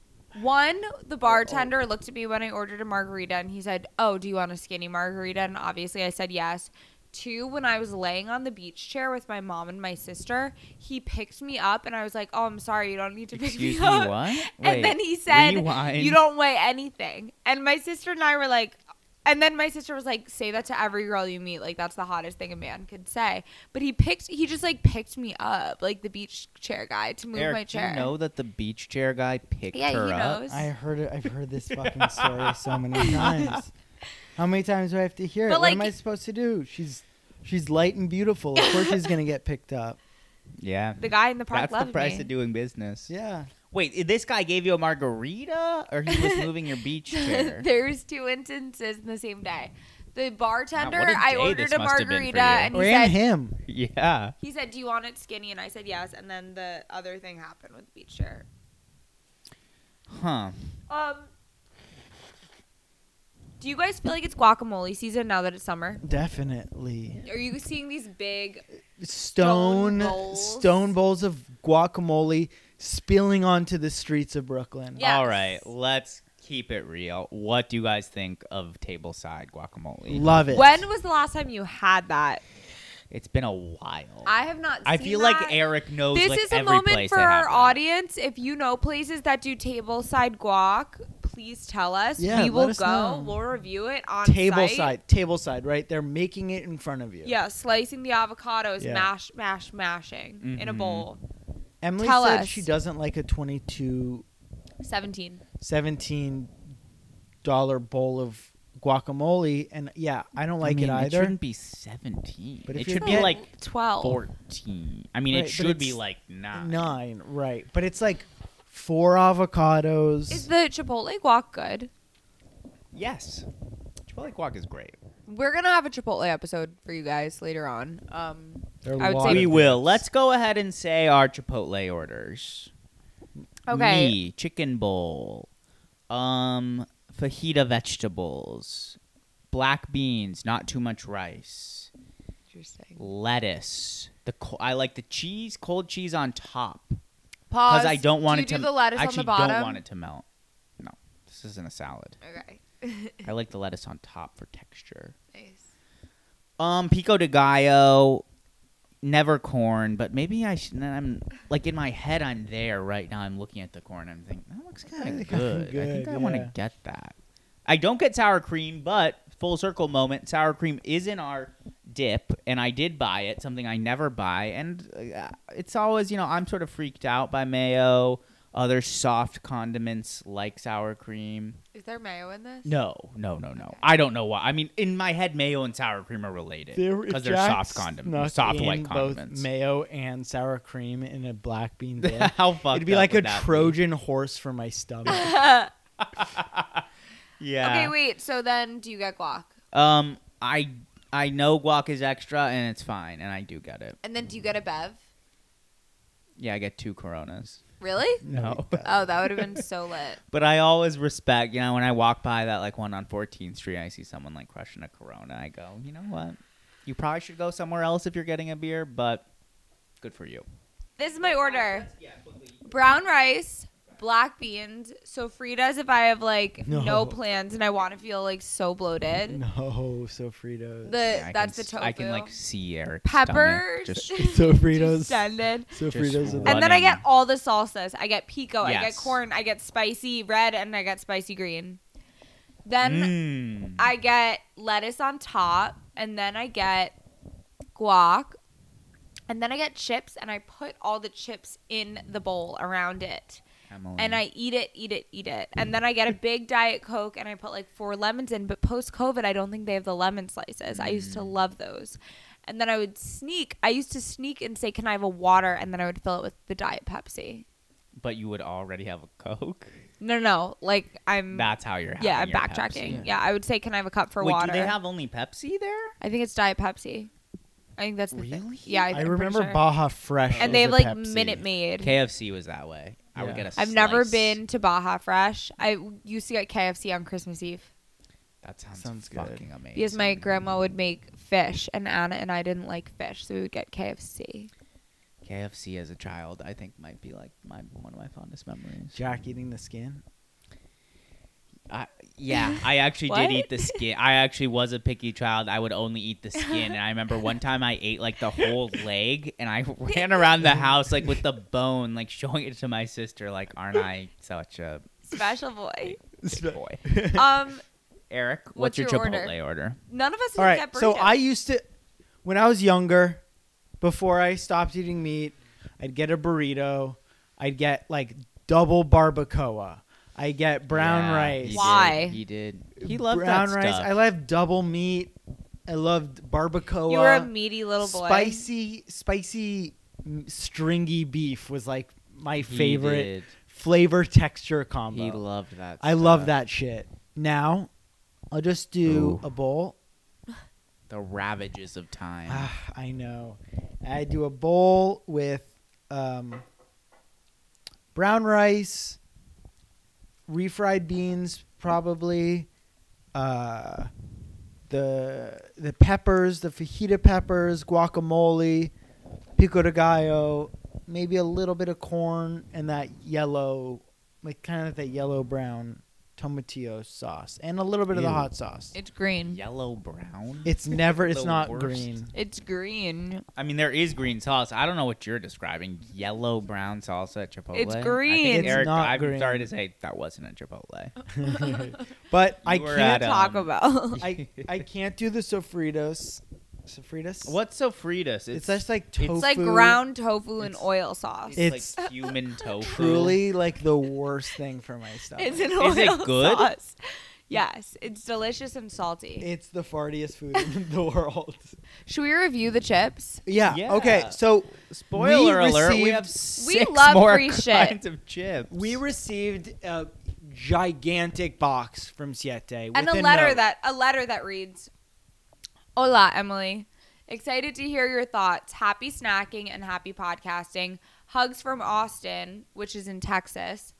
One, the bartender looked at me when I ordered a margarita and he said, "Oh, do you want a skinny margarita?" And obviously, I said yes. Two, when I was laying on the beach chair with my mom and my sister, he picked me up and I was like, "Oh, I'm sorry, you don't need to pick
Excuse
me
me,
up."
what? Wait,
and then he said,
rewind.
"You don't weigh anything." And my sister and I were like, and then my sister was like, "Say that to every girl you meet. Like that's the hottest thing a man could say." But he picked, he just like picked me up, like the beach chair guy, to move
Eric,
my chair.
do you know that the beach chair guy picked
yeah,
her
he
up?
knows.
I heard it. I've heard this fucking story so many times. How many times do I have to hear it?
But,
what am
like-
I supposed to do? She's she's light and beautiful. Of course, she's gonna get picked up.
Yeah.
the guy in the park
That's the
loved
price
me.
of doing business.
Yeah.
Wait, i- this guy gave you a margarita, or he was moving your beach chair?
There's two instances in the same day. The bartender,
what a
I
day
ordered
this
a
must have been for
margarita,
you.
and he
Or
said,
and him.
yeah.
he said, "Do you want it skinny?" And I said yes. And then the other thing happened with the beach chair.
Huh.
Um, do you guys feel like it's guacamole season now that it's summer?
Definitely.
Are you seeing these big?
Stone
Stone
stone bowls,
bowls.
of guacamole spilling onto the streets of Brooklyn.
Yes.
All right, let's keep it real. What do you guys think of tableside guacamole?
Love it.
When was the last time you had that?
It's been a while.
I have not.
I
seen
feel
that.
like Eric knows
This
like
is a
every
moment
place
for
they have
our
that.
audience. If you know places that do tableside guac, please tell us.
Yeah,
we
let
will
us
go.
know.
We'll review it on
table
site.
side, table side, right? They're making it in front of you.
Yeah, slicing the avocados,
Yeah.
mash, mash, mashing in a
Mhm.
bowl.
Emily
Tell
said
us.
she doesn't like a 22
Seventeen.
17 dollar bowl of guacamole and yeah, I don't like
I mean,
it
It
either.
shouldn't be 17.
But
it
if you're
should be
getting-
like
Twelve.
14. I mean,
Right,
it
but
should be
it's
like 9.
9, right. But it's like four avocados.
Is the Chipotle guac good?
Yes. Chipotle guac is great.
We're gonna have a Chipotle episode for you guys later on. Um,
There are
I
a
would
lot
say-
of
We
them.
will. Let's go ahead and say our Chipotle orders.
Okay.
Me, chicken bowl, um, fajita vegetables, black beans, not too much rice,
interesting.
lettuce. The co- I like the cheese, cold cheese on top
Pause.
because I don't want
do
it to.
you do the lettuce
actually
on the bottom.
don't want it to melt. No, this isn't a salad.
Okay.
I like the lettuce on top for texture.
Nice.
Um, pico de gallo, never corn, but maybe I should. I'm like in my head, I'm there right now. I'm looking at the corn. I'm thinking that looks kind of good. I think
good,
I want
yeah.
to get that. I don't get sour cream, but full circle moment. Sour cream is in our dip, and I did buy it. Something I never buy, and uh, it's always you know I'm sort of freaked out by mayo, other soft condiments like sour cream.
Is there mayo in this?
No, no, no, no. I don't know why. I mean, in my head, mayo and sour cream are related
There-
because they're
Jack
soft condiments,
snuck
soft
in
white
both
condiments.
mayo and sour cream in a black bean dip.
How fucked
It'd be
up
like a
would that be?
Trojan horse for my stomach.
Yeah.
Okay, wait. So then, do you get guac?
Um, I I know guac is extra and it's fine, and I do get it.
And then, do you get a bev?
Yeah, I get two Coronas.
Really?
No,
Oh, that would have been so lit.
but I always respect. You know, when I walk by that like one on 14th Street, I see someone like crushing a Corona. I go, you know what? You probably should go somewhere else if you're getting a beer, but good for you.
This is my order. Brown rice, black beans, sofritas if I have like no,
No.
plans and I want to feel like so bloated.
no, so Fritos.
The
Yeah, I
Uh, that's
can,
the
s-
tofu.
I can like see Eric's
peppers.
stomach just
so Fritos.
Descended.
So
Just
Fritos. are-
run-
And then I
Running.
get all the salsas. I get pico, I get
Yes.
corn, I get spicy red, and I get spicy green. Then
Mm.
I get lettuce on top, and then I get guac, and then I get chips, and I put all the chips in the bowl around it.
Emily.
and I eat it, eat it, eat it. And then I get a big Diet Coke and I put like four lemons in. But post COVID, I don't think they have the lemon slices. I used
Mm.
to love those. And then I would sneak, I used to sneak and say, Can I have a water? And then I would fill it with the Diet Pepsi.
But you would already have a Coke.
No, no, no. Like I'm.
That's how you're.
Mm. yeah, I'm
having your
backtracking.
Pepsi.
Yeah, I would say, can I have a cup for
Wait,
water?
do they have only Pepsi there?
I think it's Diet Pepsi. I think that's the thing.
Really?
Yeah, I, I'm
I
pretty
remember
sure.
Baja Fresh. was
And they
a
have like
Pepsi.
Minute Maid.
KFC was that way. I would
Yeah.
get a.
I've never
slice.
been to Baja Fresh. I used to get KFC on Christmas Eve
That sounds,
Sounds good.
fucking amazing.
because my grandma would make fish, and Anna and I didn't like fish, so we would get KFC.
KFC as a child, I think, might be like my one of my fondest memories.
Jack eating the skin.
I, yeah, I actually did eat
What?
the skin. I actually was a picky child. I would only eat the skin, and I remember one time I ate like the whole leg, and I ran around the house like with the bone, like showing it to my sister. Like, aren't I such a
Special boy.
big boy?
Um,
Eric, what's,
What's
your,
your
Chipotle
order?
order?
none of us
All
would
right.
get burritos.
So I used to, when I was younger, before I stopped eating meat, I'd get a burrito. I'd get like double barbacoa. I get brown
Yeah,
rice.
he
Why?
Did, he did. He loved
brown
that
rice.
stuff.
I love double meat. I loved barbacoa.
you were a meaty little boy.
spicy, spicy, m- stringy beef was like my
He
favorite
did.
flavor texture combo.
He loved that.
I love
stuff.
that shit. Now, I'll just do a bowl.
The ravages of time.
Ah, I know. I do a bowl with um, brown rice, refried beans, probably uh, the the peppers, the fajita peppers, guacamole, pico de gallo, maybe a little bit of corn, and that yellow, like kind of that yellow brown tomatillo sauce, and a little bit of the
Ew.
hot sauce.
It's green.
Yellow brown.
It's never. It's
The
not
worst.
green.
It's green.
I mean, there is green sauce. I don't know what you're describing. Yellow brown salsa at Chipotle.
It's
I think
green.
It's
Eric,
not
I'm
green.
sorry to say that wasn't a Chipotle.
But I
You were
can't
at,
Taco
um,
Bell.
I I can't do the sofritos. Sofritos?
What's sofritas? It's,
It's, just like tofu.
It's like ground tofu and
It's-
oil sauce.
it-
it's like human tofu.
Truly, like the worst thing for my stomach.
It's an
Is it
oil
good?
sauce. Yes, it's delicious and salty.
It's the fartiest food in the world.
Should we review the chips?
Yeah.
Yeah.
Okay. So
Spoiler
we
alert: We
received-
have six
love
more
free shit.
kinds of chips.
we received a gigantic box from Siete with
and a letter
note.
that a letter that reads, "Hola, Emily. Excited to hear your thoughts. Happy snacking and happy podcasting. Hugs from Austin, which is in Texas.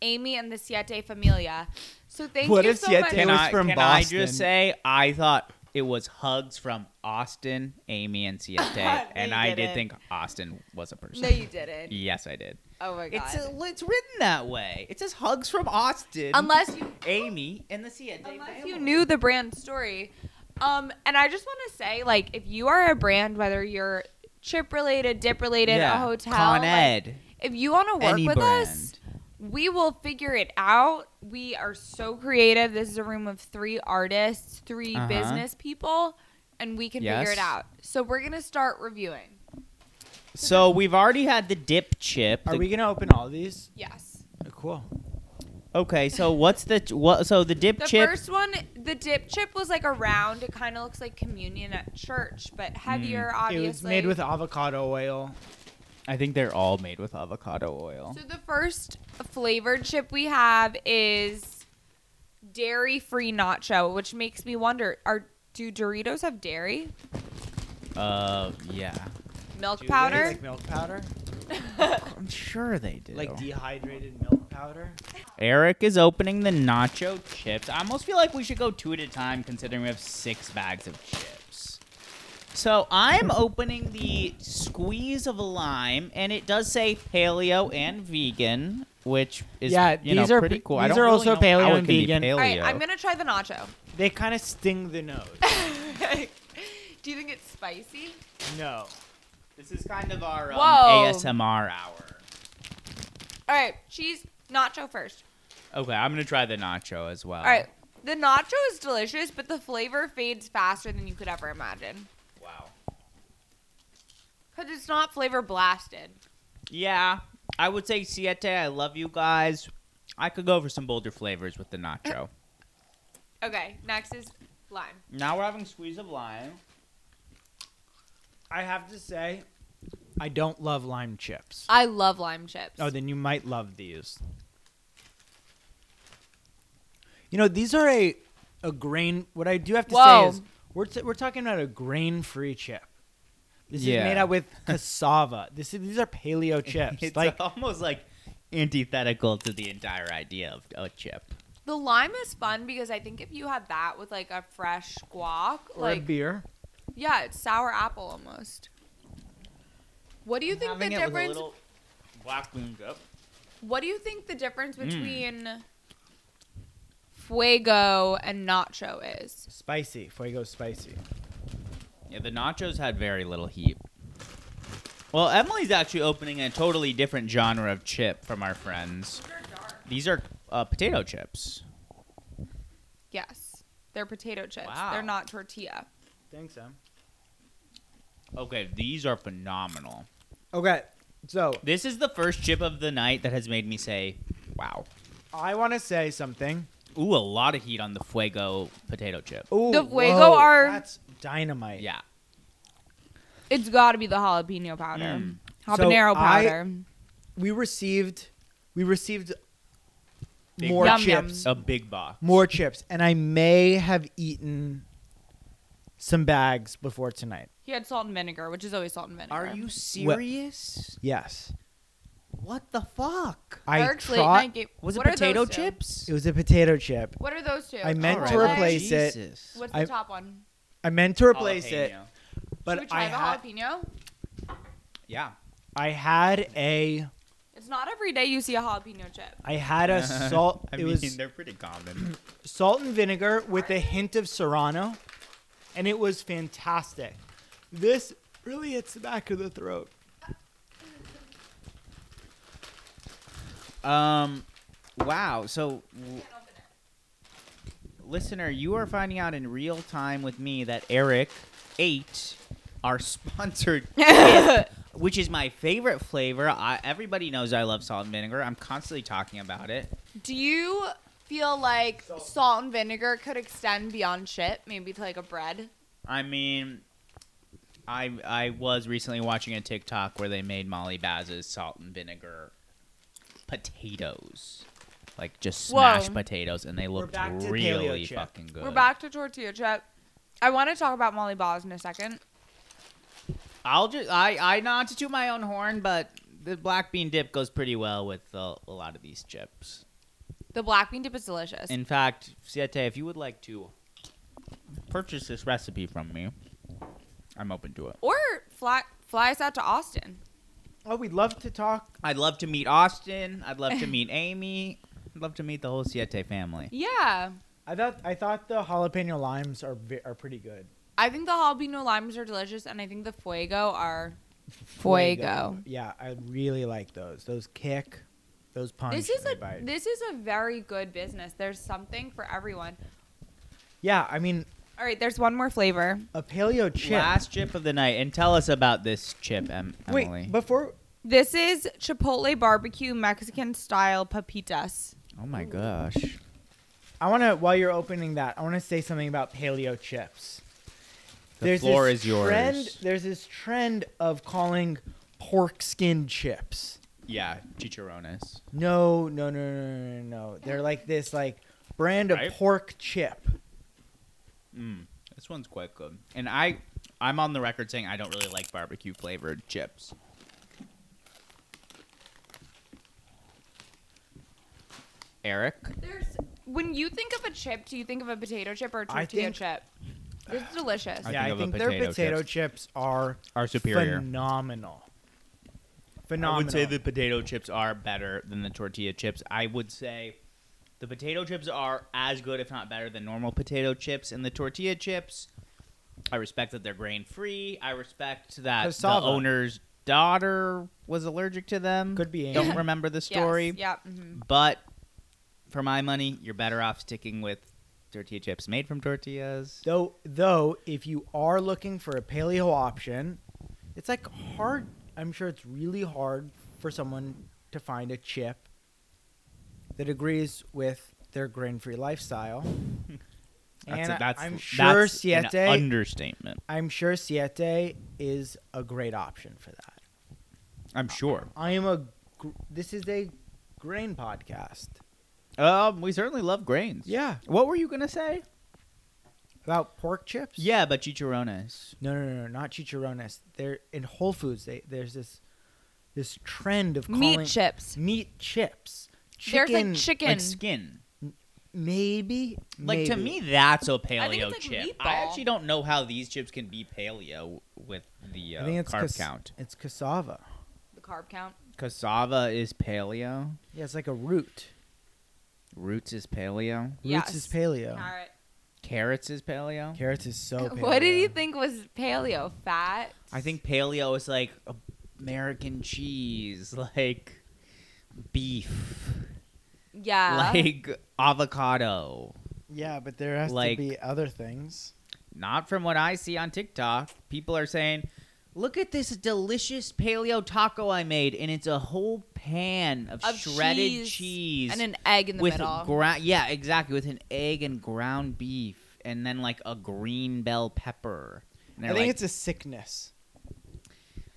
Amy and the Siete Familia. So thank
What
you
if
so
Siete
much.
It
Can
was
I,
from
can I
Boston.
just say I thought it was hugs from Austin, Amy, and Siete, and
you
I did
didn't.
think Austin was a person.
no, you didn't.
Yes, I did.
Oh my god.
It's uh, it's written that way. It says hugs from Austin.
Unless you
Amy and the Siete.
unless
family.
you knew the brand story. Um, and I just want to say, like, if you are a brand, whether you're chip related, dip related, a hotel,
Con
like,
Ed,
if you want to work
any
with
brand.
us, we will figure it out. We are so creative. This is a room of three artists, 3
Uh-huh.
business people, and we can figure
Yes.
it out. So we're gonna start reviewing.
So we've already had the dip chip.
Are
the-
we gonna open all these?
Yes.
Cool.
okay, so what's the what? So the dip
The
chip.
first one, the dip chip was like a round. It kind of looks like communion at church, but heavier,
Mm.
obviously.
It was made with avocado oil.
I think they're all made with avocado oil.
So the first flavored chip we have is dairy free nacho, which makes me wonder: Are do Doritos have dairy?
Uh, yeah.
Milk
Do they
powder?
Like milk powder.
I'm sure they do.
Like dehydrated milk powder.
Eric is opening the nacho chips. I almost feel like we should go two at a time considering we have six bags of chips. So I'm opening the squeeze of a lime, and it does say paleo and vegan, which is
Yeah,
you know,
these are
pretty
p-
cool. I
these
don't
are
really
also
know how
paleo
it can
and
be
vegan.
Paleo.
All right, I'm gonna try the nacho.
They kind of sting the nose.
do you think it's spicy?
no.
this is kind of our um,
Whoa.
ASMR hour.
All right, cheese nacho first.
Okay, I'm gonna try the nacho as well.
All right,
Oh.
the nacho is delicious, but the flavor fades faster than you could ever imagine
Wow.
because it's not flavor blasted.
Yeah, I would say Siete. I love you guys. I could go for some bolder flavors with the nacho.
Okay, next is lime.
Now we're having squeeze of lime.
I have to say, I don't love lime chips.
I love lime chips.
Oh, then you might love these. You know, these are a a grain. What I do have to
Whoa.
say is we're t- we're talking about a grain-free chip. This
Yeah.
is made out with cassava. this is, these are paleo chips.
It's
like
almost like antithetical to the entire idea of a chip.
the lime is fun because I think if you had that with like a fresh guac,
or a
like
beer.
yeah, it's sour apple almost. What do you think the difference?
black moon cup.
What do you think the difference
Hmm.
between fuego and nacho is?
Spicy. Fuego spicy.
Yeah, the nachos had very little heat. Well, Emily's actually opening a totally different genre of chip from our friends. These are uh, potato chips.
Yes, they're potato chips.
Wow.
They're not tortilla.
Thanks, Em.
Okay, these are phenomenal.
Okay, so
This is the first chip of the night that has made me say, "Wow."
I want to say something.
Ooh, a lot of heat on the fuego potato chip.
Oh,
The fuego are-
that's dynamite.
Yeah.
It's got to be the jalapeno powder,
Mm.
habanero
So I-
powder.
we received we received
Big
more
Yum,
chips,
A big box.
more chips, and I may have eaten some bags before tonight.
He had salt and vinegar, which is always salt and vinegar.
Are you serious?
Yes,
What the fuck?
I
Eric's late
trot-
night game-
Was
What
it
are
potato
those two?
chips?
It was a potato chip.
What are those two?
I meant
All
to
Chipotle?
replace it.
Jesus.
What's
I-
the top one?
I meant to replace it,
Jalapeno.
but
Should we try
I
the
had
jalapeno?
Yeah.
I had a
It's not every day you see a jalapeno chip.
I had a salt.
I
it
mean,
was
they're pretty common.
salt and vinegar with a hint of serrano, and it was fantastic. This really hits the back of the throat.
um, wow. So, w- listener, you are finding out in real time with me that Eric ate our sponsored chip, which is my favorite flavor. I, everybody knows I love salt and vinegar. I'm constantly talking about it.
Do you feel like salt and vinegar could extend beyond chip, maybe to like a bread?
I mean, I I was recently watching a TikTok where they made Molly Baz's salt and vinegar potatoes, like just
Whoa.
smashed potatoes, and they looked
back to paleo
really
chip.
fucking good.
We're back to tortilla chip. I want to talk about Molly Balls in a second.
I'll just I I not to toot my own horn, but the black bean dip goes pretty well with a, a lot of these chips.
The black bean dip is delicious.
In fact, Siete, if you would like to purchase this recipe from me, I'm open to it.
or fly fly us out to Austin.
Oh, we'd love to talk
I'd love to meet Austin. I'd love to meet Amy. I'd love to meet the whole Siete family.
Yeah.
I thought I thought the jalapeno limes are ve- are pretty good.
I think the jalapeno limes are delicious, and I think the fuego are fuego.
Yeah, I really like those. Those kick, those punch.
This is
they
a
bite.
this is a very good business. There's something for everyone.
yeah, I mean
All right, there's one more flavor.
a paleo chip.
Last chip of the night, and tell us about this chip, em-
Wait,
Emily.
before
This is Chipotle barbecue Mexican style papitas.
oh my gosh!
I want to while you're opening that, I want to say something about paleo chips.
The floor
this
is yours.
Trend, there's this trend of calling pork skin chips.
Yeah, chicharrones.
No, no, no, no, no, no, no. They're like this like brand of
Right?
pork chip.
Mm, this one's quite good, and I I'm on the record saying I don't really like barbecue flavored chips. Eric,
There's when you think of a chip, do you think of a potato chip or a
I
tortilla
think-
chip? This is delicious.
I
yeah,
think
I
of a
think their
potato
potato
chips.
chips are
our superior.
Phenomenal. Phenomenal.
I would say the potato chips are better than the tortilla chips. I would say the potato chips are as good, if not better, than normal potato chips. And the tortilla chips, I respect that they're grain free. I respect that
Cassava.
the owner's daughter was allergic to them.
could be
Don't
Amy.
remember the story.
Yes. Yeah. mhm.
But for my money, you're better off sticking with tortilla chips made from tortillas.
though though if you are looking for a paleo option, it's like hard I'm sure it's really hard for someone to find a chip that agrees with their grain-free lifestyle.
That's,
and
a- that's,
I'm
that's
sure
an
Siete
understatement.
I'm sure Siete is a great option for that.
I'm sure.
I am a. gr- This is a grain podcast.
Um, we certainly love grains.
Yeah,
What were you gonna say?
about pork chips.
Yeah, but chicharrones.
No, no, no, no not chicharrones. They're in Whole Foods. They, there's this this trend of calling
Meat chips.
meat chips.
There's
Chicken,
like chicken.
Like skin.
maybe.
Like to
maybe.
me, that's a
I think
paleo
it's like
chip.
meatball.
I actually don't know how these chips can be paleo with the uh,
I think it's
carb
cas-
count.
It's cassava.
the carb count.
Cassava is paleo.
Yeah, it's like a root.
Roots is paleo.
Yes.
Roots is paleo.
Carrot.
Carrots is paleo.
Carrots is so. Paleo.
What did you think was paleo? Fat.
I think paleo is like American cheese, like beef,
Yeah.
like avocado.
Yeah, but there has
to Like-
to
be
be other things.
Not from what I see on TikTok. People are saying, "Look at this delicious paleo taco I made, and it's a whole pan of,
Of
shredded
cheese
cheese,
and an egg in the
with
middle.
gra- yeah, exactly, with an egg and ground beef, and then like a green bell pepper." And
I
they're
think
like,
it's a sickness.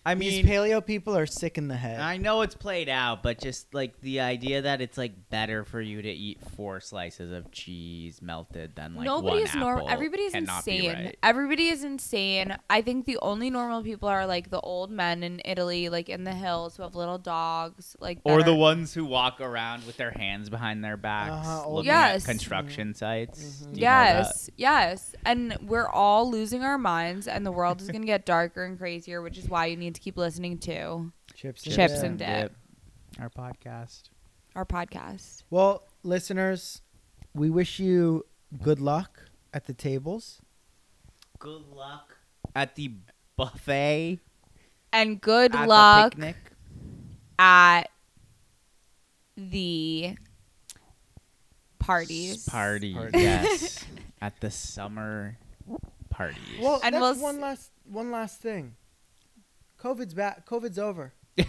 I mean,
These paleo people are sick in the head.
I know it's played out, but just like the idea that it's like better for you to eat four slices of cheese melted than like
Nobody
one
is normal.
apple
Everybody's
cannot be
insane.
right.
Everybody is insane. I think the only normal people are like the old men in Italy, like in the hills, who have little dogs, like that
Or
are-
the ones who walk around with their hands behind their backs,
Uh-huh, old-
looking
Yes.
at construction sites. Do you know that?
Yes, yes. And we're all losing our minds, and the world is going to get darker and crazier, which is why you need to keep listening to
chips,
Chips and Dip,
Our podcast.
our podcast.
Well, listeners, we wish you good luck at the tables.
Good luck at the buffet.
And good
at the
luck
picnic.
at the parties.
Parties.
Parties.
Yes. at the summer parties.
Well,
And
that's
we'll s-
one last one last thing. COVID's back. COVID's over.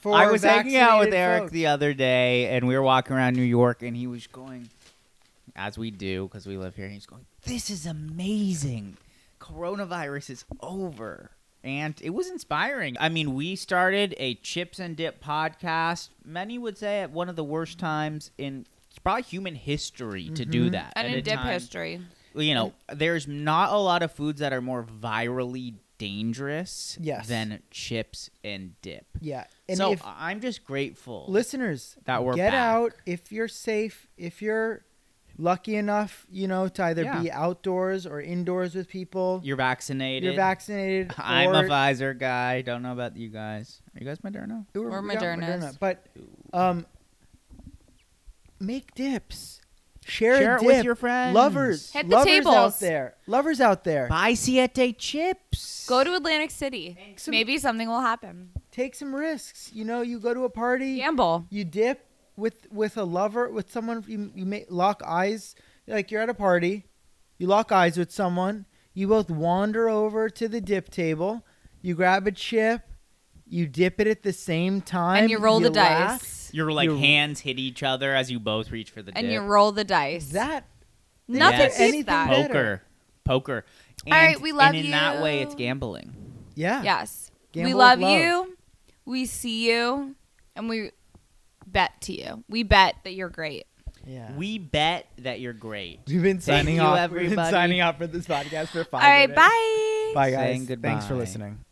For
I was hanging out with
vaccinated
Eric
folks.
the other day, and we were walking around New York, and he was going, as we do because we live here, he's going, This is amazing. Coronavirus is over. And it was inspiring. I mean, we started a chips and dip podcast. Many would say at one of the worst times in it's probably human history to do
Mhm.
that.
And
at a
in dip
time-
history.
you know, there's not a lot of foods that are more virally dangerous
Yes.
than chips and dip.
yeah. And
so
if
I'm just grateful.
listeners
that we're
get
back.
out if you're safe, if you're lucky enough, you know, to either
Yeah.
be outdoors or indoors with people.
You're vaccinated.
You're vaccinated.
I'm
or,
a Pfizer guy. Don't know about you guys. Are you guys Moderna?
We're,
Or
we got
Modernas.
Moderna, But um, make dips. Share,
Share
a
it
dip.
with your friends.
Lovers.
Hit the
lovers out
tables.
there. Lovers out there.
Buy Siete chips.
Go to Atlantic City.
some-
Maybe something will happen.
Take some risks. You know, you go to a party.
Gamble.
You dip with with a lover with someone you you may lock eyes. Like you're at a party, you lock eyes with someone. You both wander over to the dip table. You grab a chip. You dip it at the same time.
and you roll the
laugh.
dice.
Your like
You're-
hands hit each other as you both reach for the
And
dip.
you roll the dice.
That
Nothing
Yes.
beats
Anything
that.
better.
poker, poker. And,
All right, we love
and in that way, it's
you.
gambling.
yeah.
Yes. we
Gamble with
love,
love.
you. We see you. And we bet to you. We bet that you're great.
Yeah.
We bet that you're great.
We've been
Thank
signing
you,
off. We've been
everybody.
signing off for this podcast for five.
All right,
minutes.
bye.
Bye,
Saying
guys. Thanks for
goodbye.
listening.